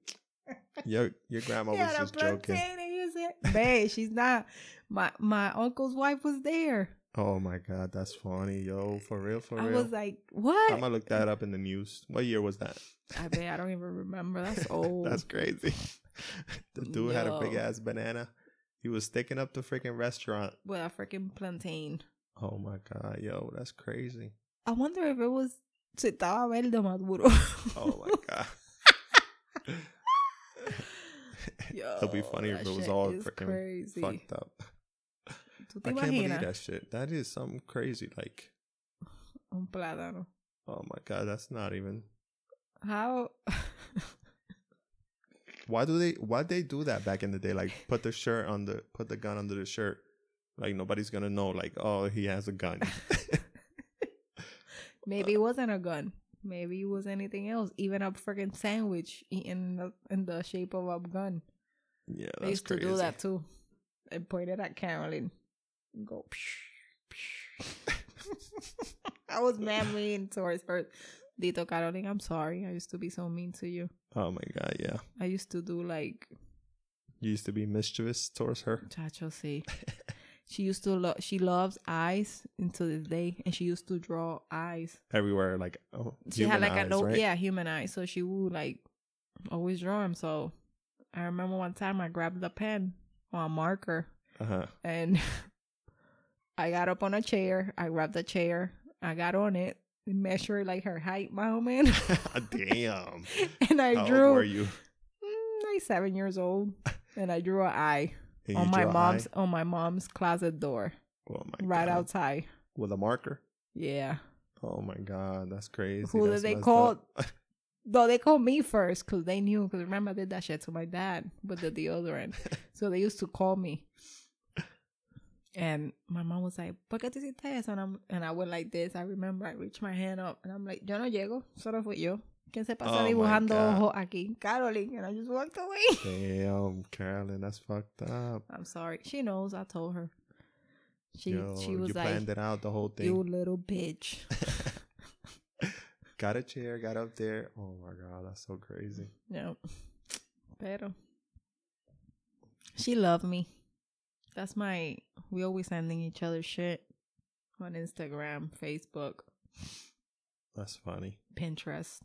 Speaker 1: Your your grandma was
Speaker 2: hija la
Speaker 1: just joking.
Speaker 2: plata, and you said, babe, she's not. My my uncle's wife was there.
Speaker 1: Oh my god, that's funny, yo. For real, for
Speaker 2: I
Speaker 1: real.
Speaker 2: was like, what?
Speaker 1: I'm gonna look that up in the news. What year was that?
Speaker 2: I bet I don't even remember. That's old.
Speaker 1: [LAUGHS] That's crazy. [LAUGHS] the dude had a big
Speaker 2: Yo.
Speaker 1: ass banana. He was sticking up the freaking restaurant.
Speaker 2: with a freaking plantain.
Speaker 1: Oh my god, yo, that's crazy.
Speaker 2: I wonder if it was se estaba verde maduro. [LAUGHS]
Speaker 1: Oh [LAUGHS] my god.
Speaker 2: Yo,
Speaker 1: That'd be funny if
Speaker 2: that
Speaker 1: it was
Speaker 2: shit
Speaker 1: all
Speaker 2: is
Speaker 1: freaking
Speaker 2: crazy.
Speaker 1: Fucked up.
Speaker 2: ¿Tú te
Speaker 1: I can't believe
Speaker 2: imaginas?
Speaker 1: that shit. That is something crazy. Like,
Speaker 2: Un plátano.
Speaker 1: oh my god, that's not even.
Speaker 2: How? [LAUGHS]
Speaker 1: Why do they? Why they do that back in the day? Like, put the shirt on the, put the gun under the shirt. Like nobody's gonna know. Like, oh, he has a
Speaker 2: [LAUGHS]
Speaker 1: gun.
Speaker 2: Maybe it wasn't a gun. Maybe it was anything else. Even a freaking sandwich eaten in the, in the shape of a gun.
Speaker 1: yeah,
Speaker 2: They
Speaker 1: that's
Speaker 2: used
Speaker 1: crazy.
Speaker 2: to do that too. They pointed at Carolyn. And go. Psh, psh. I was mad mean towards her. Dito Carolyn, I'm sorry. I used to be so mean to you.
Speaker 1: Oh my god, yeah.
Speaker 2: I used to do like
Speaker 1: You used to be mischievous towards her.
Speaker 2: Chacho,
Speaker 1: [LAUGHS]
Speaker 2: see. she used to love. She loves eyes until this day, and she used to draw eyes.
Speaker 1: everywhere. Like, oh,
Speaker 2: She had like a
Speaker 1: human eyes,
Speaker 2: no,
Speaker 1: right?
Speaker 2: yeah, human eyes. So she would like always draw them. So I remember one time I grabbed a pen or a marker, [LAUGHS]
Speaker 1: Uh-huh. [LAUGHS]
Speaker 2: and I got up on a chair. I grabbed the chair. I got on it, measured like her height, my old
Speaker 1: [LAUGHS]
Speaker 2: man, [LAUGHS]
Speaker 1: Damn.
Speaker 2: and I
Speaker 1: How
Speaker 2: drew
Speaker 1: old were you?
Speaker 2: mm, like seven years old, and I drew an eye
Speaker 1: And you
Speaker 2: on my
Speaker 1: drew a
Speaker 2: mom's
Speaker 1: eye?
Speaker 2: on my mom's closet door.
Speaker 1: Oh my
Speaker 2: right
Speaker 1: God.
Speaker 2: outside.
Speaker 1: with a marker.
Speaker 2: Yeah.
Speaker 1: Oh my god, that's crazy.
Speaker 2: Who
Speaker 1: That's
Speaker 2: did they
Speaker 1: messed
Speaker 2: call?
Speaker 1: up. [LAUGHS]
Speaker 2: Though they called me first because they knew. Because remember, I did that shit to my dad with the
Speaker 1: [LAUGHS]
Speaker 2: deodorant. so they used to call me. And my mom was like, ¿Por qué te hiciste eso? And, I'm, and I went like this. I remember I reached my hand up and I'm like, Yo no llego, solo fui yo. ¿Quién se pasa
Speaker 1: Oh my
Speaker 2: dibujando
Speaker 1: God.
Speaker 2: ojo aquí? Caroline, and I just walked away. [LAUGHS]
Speaker 1: Damn, Carolyn, that's fucked up.
Speaker 2: I'm sorry. She knows. I told her. She
Speaker 1: Yo,
Speaker 2: she was
Speaker 1: you
Speaker 2: like,
Speaker 1: planned it out the whole
Speaker 2: "You
Speaker 1: thing.
Speaker 2: little bitch."
Speaker 1: Got a chair, got up there. Oh my god, that's so crazy.
Speaker 2: no, pero she loved me. That's my. We always sending each other shit on Instagram, Facebook,
Speaker 1: That's funny.
Speaker 2: [LAUGHS] Pinterest.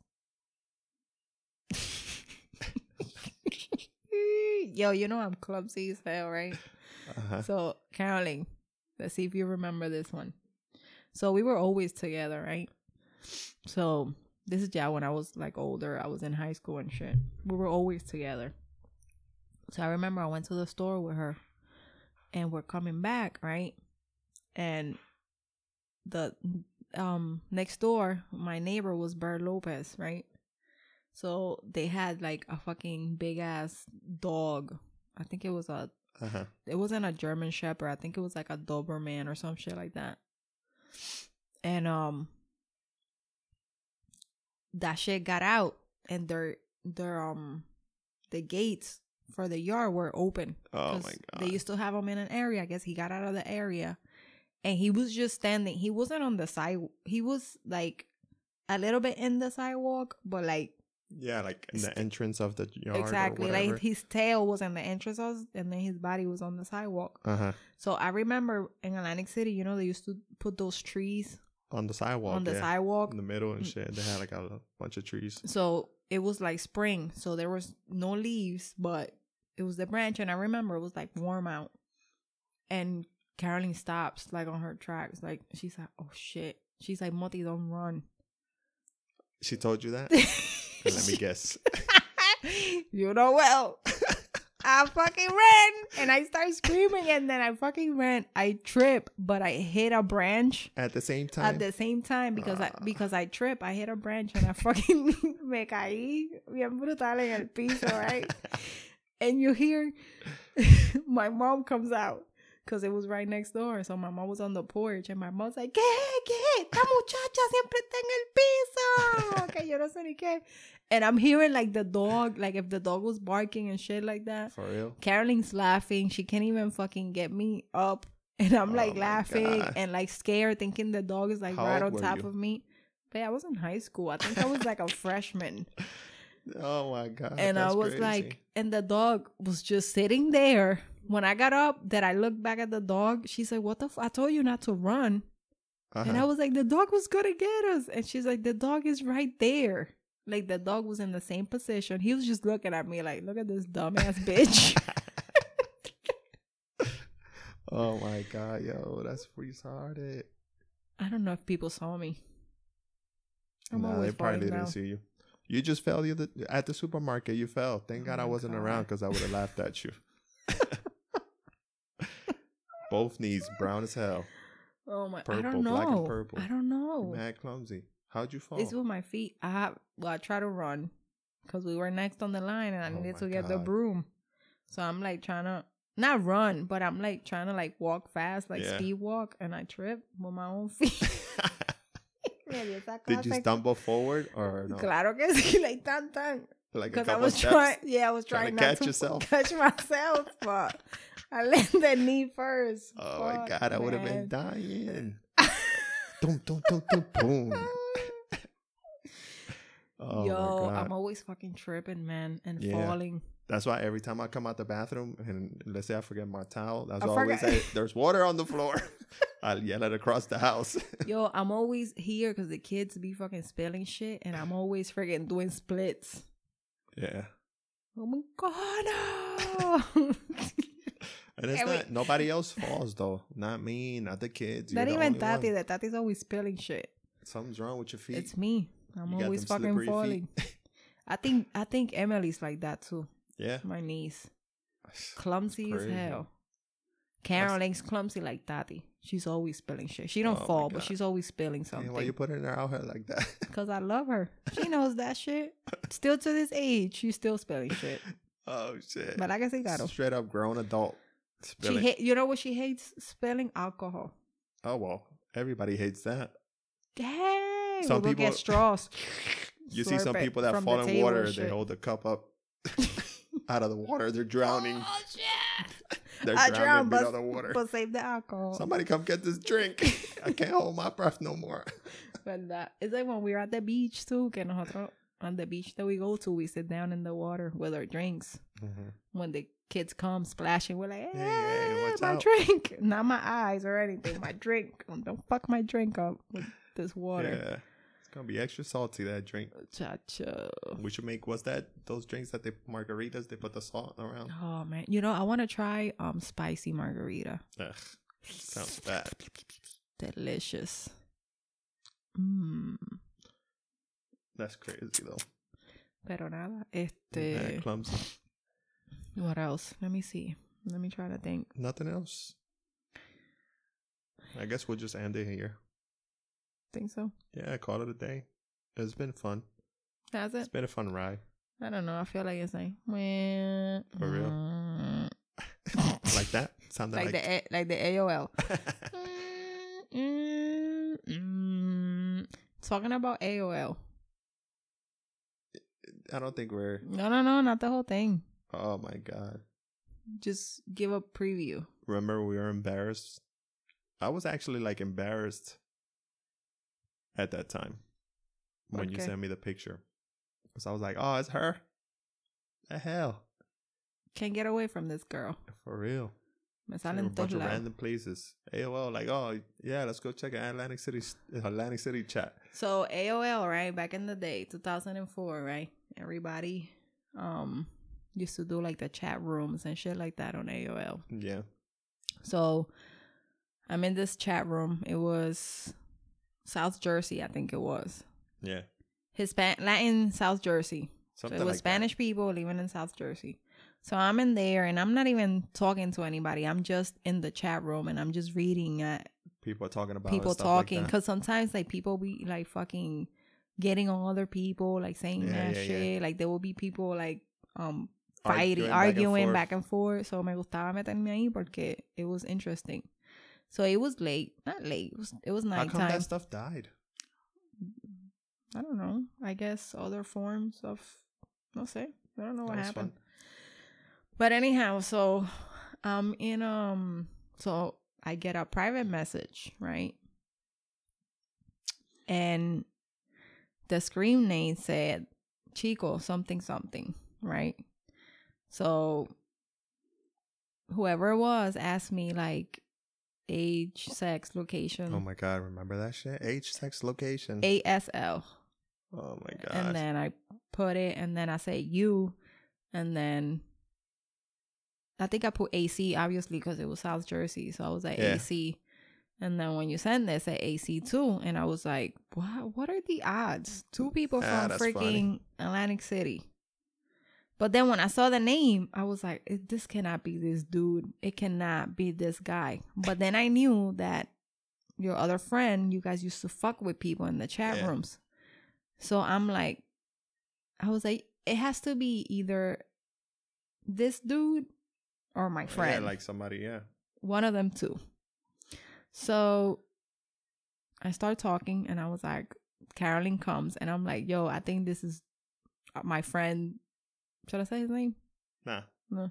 Speaker 2: Yo, you know I'm clumsy as hell, right?
Speaker 1: Uh-huh.
Speaker 2: So, Caroline, let's see if you remember this one. So, we were always together, right? So, this is yeah, when I was like older, I was in high school and shit. We were always together. So, I remember I went to the store with her and we're coming back, right? And the um next door, my neighbor was Bert Lopez, right? So, they had like a fucking big ass dog. I think it was a
Speaker 1: Uh-huh.
Speaker 2: it wasn't a German Shepherd. I think it was like a Doberman or some shit like that. And um, that shit got out, and their their um, the gates for the yard were open.
Speaker 1: Oh
Speaker 2: 'cause
Speaker 1: my
Speaker 2: They
Speaker 1: god.
Speaker 2: used to have him in an area. I guess he got out of the area, and he was just standing. He wasn't on the side. He was like a little bit in the sidewalk, but like
Speaker 1: yeah, like in the
Speaker 2: St-
Speaker 1: entrance of the yard.
Speaker 2: exactly,
Speaker 1: Or whatever.
Speaker 2: like his tail was in the entrance, and then his body was on the sidewalk.
Speaker 1: uh-huh.
Speaker 2: So I remember in Atlantic City, you know, they used to put those trees
Speaker 1: On the sidewalk.
Speaker 2: on the
Speaker 1: yeah.
Speaker 2: sidewalk.
Speaker 1: In the middle and
Speaker 2: Mm.
Speaker 1: shit. They had like a bunch of trees.
Speaker 2: So it was like spring, so there was no leaves, but it was the branch, and I remember it was like warm out. And Caroline stops like on her tracks, like she's like, "Oh shit!" She's like, "Moti, don't run."
Speaker 1: She told you that?
Speaker 2: [LAUGHS]
Speaker 1: Let me guess.
Speaker 2: you know well. I fucking ran and I start screaming and then I fucking ran. I trip, but I hit a branch.
Speaker 1: At the same time.
Speaker 2: [LAUGHS] at the same time because
Speaker 1: Ah.
Speaker 2: I because I trip, I hit a branch and I fucking [LAUGHS] me caí bien brutal en el piso, right? and you hear [LAUGHS] my mom comes out because it was right next door. So my mom was on the porch and my mom's like, ¿Qué? ¿Qué? Esta muchacha siempre está en el piso. Okay, yo no sé ni qué. And I'm hearing like the dog, like if the dog was barking and shit like that.
Speaker 1: For real?
Speaker 2: Caroline's laughing. She can't even fucking get me up. [LAUGHS] And I'm
Speaker 1: Oh
Speaker 2: like
Speaker 1: my
Speaker 2: laughing
Speaker 1: God.
Speaker 2: and like scared, thinking the dog is like
Speaker 1: How
Speaker 2: right
Speaker 1: old
Speaker 2: on
Speaker 1: were
Speaker 2: top
Speaker 1: you?
Speaker 2: of me. But I was in high school. I think I
Speaker 1: [LAUGHS]
Speaker 2: was like a freshman.
Speaker 1: Oh my god.
Speaker 2: and I
Speaker 1: that's
Speaker 2: was
Speaker 1: crazy.
Speaker 2: like, and the dog was just sitting there. When I got up, that I looked back at the dog, she said, What the f? I told you not to run. And I
Speaker 1: Uh-huh.
Speaker 2: was like, The dog was gonna get us. And she's like, The dog is right there. Like the dog was in the same position. He was just looking at me like, Look at this dumbass bitch.
Speaker 1: Oh my god, yo, that's freeze hearted.
Speaker 2: I don't know if people saw me. I'm
Speaker 1: Nah,
Speaker 2: always
Speaker 1: they probably
Speaker 2: falling
Speaker 1: didn't
Speaker 2: down.
Speaker 1: see you. You just fell the other, at the supermarket. You fell. Thank
Speaker 2: Oh
Speaker 1: God I
Speaker 2: my
Speaker 1: wasn't
Speaker 2: God.
Speaker 1: around because I would have laughed at you.
Speaker 2: [LAUGHS]
Speaker 1: Both knees brown as hell.
Speaker 2: Oh my! I
Speaker 1: Purple,
Speaker 2: don't know.
Speaker 1: black and purple.
Speaker 2: I don't know.
Speaker 1: Mad clumsy. How'd you fall?
Speaker 2: Oh. It's
Speaker 1: [LAUGHS]
Speaker 2: with my feet. I have, well, I try to run because we were next on the line, and I
Speaker 1: Oh
Speaker 2: needed
Speaker 1: my
Speaker 2: to get the
Speaker 1: God.
Speaker 2: broom. So I'm like trying to not run, but I'm like trying to like walk fast, like
Speaker 1: Yeah.
Speaker 2: speed walk, and I trip with my own [LAUGHS] feet. Me dio esa
Speaker 1: Did you
Speaker 2: clase-
Speaker 1: stumble forward or no?
Speaker 2: Claro que sí, [LAUGHS] like tan tan.
Speaker 1: Like a
Speaker 2: Because I
Speaker 1: couple
Speaker 2: was
Speaker 1: steps?
Speaker 2: trying, yeah, I was
Speaker 1: Trying
Speaker 2: trying,
Speaker 1: to
Speaker 2: not
Speaker 1: catch
Speaker 2: to [LAUGHS]
Speaker 1: yourself.
Speaker 2: catch myself, but I landed knee first.
Speaker 1: [LAUGHS] Oh my
Speaker 2: Fuck,
Speaker 1: God, I would have been
Speaker 2: [LAUGHS] man.
Speaker 1: dying. Dum, dum, dum, dum, boom. Oh
Speaker 2: Yo,
Speaker 1: my God.
Speaker 2: I'm always fucking tripping, man, and
Speaker 1: Yeah.
Speaker 2: falling.
Speaker 1: That's why every time I come out the bathroom and let's say I forget my towel, that's
Speaker 2: I
Speaker 1: always
Speaker 2: forgot.
Speaker 1: say, there's water on the
Speaker 2: [LAUGHS]
Speaker 1: floor. [LAUGHS] I'll yell it across the house. [LAUGHS]
Speaker 2: Yo, I'm always here because the kids be fucking spilling shit, and I'm always freaking doing splits.
Speaker 1: Yeah.
Speaker 2: Oh my
Speaker 1: [LAUGHS]
Speaker 2: god! no.
Speaker 1: And it's
Speaker 2: Every-
Speaker 1: not nobody else falls though. Not me, not the kids. You're
Speaker 2: Not
Speaker 1: the
Speaker 2: even
Speaker 1: only one.
Speaker 2: Tati. That Tati's always spilling shit.
Speaker 1: Something's wrong with your feet.
Speaker 2: It's me. I'm
Speaker 1: You got
Speaker 2: always
Speaker 1: them
Speaker 2: fucking
Speaker 1: slippery feet.
Speaker 2: falling. I think I think Emily's like that too. [SIGHS]
Speaker 1: yeah.
Speaker 2: My niece, clumsy as
Speaker 1: Crazy.
Speaker 2: hell. Caroline's clumsy like Tati. She's always spilling shit. She don't
Speaker 1: Oh my
Speaker 2: fall, but
Speaker 1: God.
Speaker 2: she's always spilling
Speaker 1: Man,
Speaker 2: something.
Speaker 1: why you putting her out here like that? [LAUGHS]
Speaker 2: Cause I love her. She knows that shit. Still to this age, she's still spilling shit.
Speaker 1: oh shit.
Speaker 2: But I guess he
Speaker 1: [LAUGHS]
Speaker 2: got her.
Speaker 1: Straight up grown adult.
Speaker 2: She
Speaker 1: Spilling.
Speaker 2: hate. You know what she hates? Spilling alcohol.
Speaker 1: oh well. Everybody hates that.
Speaker 2: Hey,
Speaker 1: Some
Speaker 2: we will
Speaker 1: people-
Speaker 2: get straws.
Speaker 1: [LAUGHS] You see some
Speaker 2: slurp it
Speaker 1: people that
Speaker 2: from
Speaker 1: fall
Speaker 2: the
Speaker 1: in
Speaker 2: table
Speaker 1: water,
Speaker 2: and
Speaker 1: they
Speaker 2: shit.
Speaker 1: hold the cup
Speaker 2: [LAUGHS]
Speaker 1: up out of the water. They're
Speaker 2: [GASPS]
Speaker 1: drowning.
Speaker 2: Oh shit!
Speaker 1: [LAUGHS] They're
Speaker 2: I
Speaker 1: drowning
Speaker 2: drowned,
Speaker 1: below
Speaker 2: but,
Speaker 1: the water.
Speaker 2: but save the alcohol.
Speaker 1: [LAUGHS] Somebody come get this
Speaker 2: [LAUGHS]
Speaker 1: drink. I can't hold my breath no more.
Speaker 2: ¿Verdad? It's like when we were at the beach too, que nosotros, on the beach that we go to, we sit down in the water with our drinks. When the kids come splashing, we're like, hey,
Speaker 1: Hey, hey, what's
Speaker 2: my
Speaker 1: up?"
Speaker 2: drink. [LAUGHS] Not my eyes or anything, my drink. Don't fuck my drink up with this [LAUGHS] water.
Speaker 1: Yeah. It's gonna be extra salty that drink.
Speaker 2: Chacho.
Speaker 1: We should make what's that? Those drinks that they margaritas they put the salt around.
Speaker 2: Oh man, you know I want to try um spicy margarita.
Speaker 1: Ugh. Sounds bad.
Speaker 2: Delicious. Mmm.
Speaker 1: That's crazy though.
Speaker 2: Pero nada,
Speaker 1: Yeah,
Speaker 2: este.
Speaker 1: clumsy.
Speaker 2: What else? Let me see. Let me try to think.
Speaker 1: Nothing else. I guess we'll just end it here.
Speaker 2: Think so?
Speaker 1: Yeah, call it a day. It's been fun.
Speaker 2: That's
Speaker 1: It's
Speaker 2: it.
Speaker 1: been a fun ride.
Speaker 2: I don't know. I feel like it's like meh.
Speaker 1: For real?
Speaker 2: Mm.
Speaker 1: [LAUGHS] Like that? Sounded
Speaker 2: like
Speaker 1: like, [LAUGHS]
Speaker 2: the A- like the AOL.
Speaker 1: that.
Speaker 2: Mm, mm, mm. Talking about AOL.
Speaker 1: I don't think we're
Speaker 2: No, no, no, not the whole thing.
Speaker 1: oh my god.
Speaker 2: Just give a preview.
Speaker 1: Remember we were embarrassed? I was actually like embarrassed at that time when you
Speaker 2: Okay.
Speaker 1: sent me the picture. Because I was like, Oh, it's her. The hell.
Speaker 2: Can't get away from this girl.
Speaker 1: For real.
Speaker 2: Me
Speaker 1: Like a
Speaker 2: salen
Speaker 1: bunch
Speaker 2: todos
Speaker 1: of
Speaker 2: lados.
Speaker 1: random places. AOL, like, oh yeah, let's go check Atlantic City Atlantic City chat.
Speaker 2: So AOL, right? Back in the day, 2004, right? Everybody um used to do like the chat rooms and shit like that on AOL.
Speaker 1: Yeah.
Speaker 2: So I'm in this chat room. It was South Jersey, I think it was.
Speaker 1: Yeah.
Speaker 2: Hispan Latin South Jersey.
Speaker 1: Something
Speaker 2: so it was
Speaker 1: like
Speaker 2: Spanish people living in South Jersey. So I'm in there and I'm not even talking to anybody. I'm just in the chat room and I'm just reading at
Speaker 1: That. People are talking about
Speaker 2: people
Speaker 1: and stuff
Speaker 2: talking
Speaker 1: Like that.
Speaker 2: because sometimes like people be like fucking getting on other people like saying
Speaker 1: Yeah,
Speaker 2: that
Speaker 1: yeah, yeah.
Speaker 2: shit like there will be people like um
Speaker 1: Arguing
Speaker 2: fighting
Speaker 1: back and
Speaker 2: arguing
Speaker 1: forth.
Speaker 2: back and forth so me gustaba meterme ahí porque it was interesting so it was late not late it was, it was
Speaker 1: How come
Speaker 2: nighttime
Speaker 1: that stuff died?
Speaker 2: i don't know i guess other forms of no sé i don't know Oh, what
Speaker 1: That was
Speaker 2: happened but anyhow so um in um so i get a private message right and the screen name said chico something something right so whoever it was asked me like age sex location
Speaker 1: Oh my god, remember that shit? Age, sex, location.
Speaker 2: asl
Speaker 1: Oh my god.
Speaker 2: and then I put it, and then I say you, and then I think I put AC obviously because it was South Jersey, so I was like
Speaker 1: Yeah.
Speaker 2: AC. And then when you send this, say AC two, and I was like, what? What are the odds? Two people
Speaker 1: Ah,
Speaker 2: from
Speaker 1: that's
Speaker 2: freaking
Speaker 1: funny.
Speaker 2: Atlantic City. But then when I saw the name, I was like, "It- this cannot be this dude. It cannot be this guy. But then I knew that your other friend, you guys used to fuck with people in the chat
Speaker 1: Yeah.
Speaker 2: rooms. So I'm like, I was like, it has to be either this dude or my friend.
Speaker 1: Yeah, like somebody, yeah.
Speaker 2: one of them two. So I start talking and I was like, Carolyn comes and I'm like, yo, I think this is my friend. Should I say his name?
Speaker 1: Nah.
Speaker 2: [LAUGHS]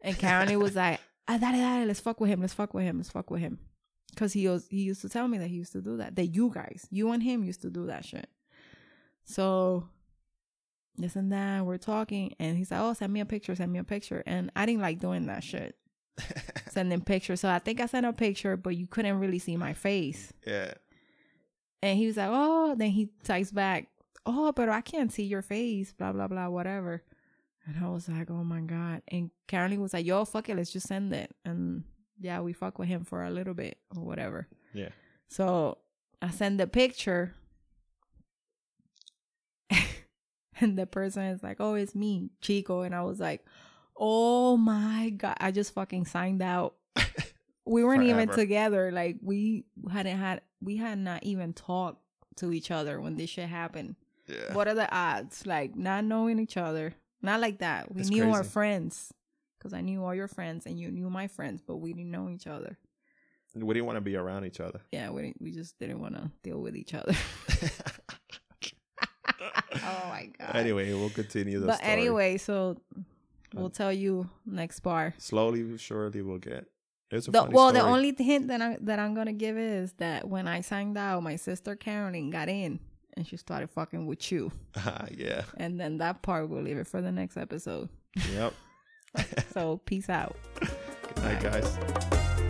Speaker 2: And Carolyn was like, ah, dale, dale, let's fuck with him, let's fuck with him, let's fuck with him. Cause he was, he used to tell me that he used to do that. That you guys, you and him used to do that shit. So this and that, we're talking, and he's like, Oh, send me a picture, send me a picture. And I didn't like doing that shit. Sending pictures. So I think I sent a picture, but you couldn't really see my face.
Speaker 1: yeah.
Speaker 2: And he was like, Oh, then he types back, Oh, but I can't see your face, blah, blah, blah, whatever. And I was like, Oh my God. And Carolyn was like, Yo, fuck it, let's just send it. And yeah, we fuck with him for a little bit or whatever.
Speaker 1: Yeah.
Speaker 2: So I send the picture. [LAUGHS] and the person is like, Oh, it's me, Chico. And I was like, Oh my God. I just fucking
Speaker 1: [LAUGHS]
Speaker 2: signed out. we weren't even
Speaker 1: Forever.
Speaker 2: together. Like we hadn't had we had not even talked to each other when this shit happened.
Speaker 1: Yeah.
Speaker 2: What are the odds? Like not knowing each other. Not like that. We
Speaker 1: It's
Speaker 2: knew our
Speaker 1: crazy.
Speaker 2: friends. Because I knew all your friends and you knew my friends, but we didn't know each other.
Speaker 1: We didn't want to be around each other. [LAUGHS]
Speaker 2: Yeah, we didn't, we just didn't want to deal with each other. [LAUGHS] Oh my god.
Speaker 1: Anyway, we'll continue the
Speaker 2: but
Speaker 1: story.
Speaker 2: anyway, so we'll
Speaker 1: Um,
Speaker 2: tell you next bar.
Speaker 1: slowly but surely we'll get. It's a
Speaker 2: The,
Speaker 1: funny
Speaker 2: well, the
Speaker 1: story.
Speaker 2: only hint that I that I'm gonna give is that when I signed out, my sister Carolyn got in and she started fucking with you,
Speaker 1: Ah, [LAUGHS]
Speaker 2: [LAUGHS]
Speaker 1: yeah.
Speaker 2: and then that part we'll leave it for the next episode.
Speaker 1: Yep.
Speaker 2: So peace out.
Speaker 1: Good night, guys.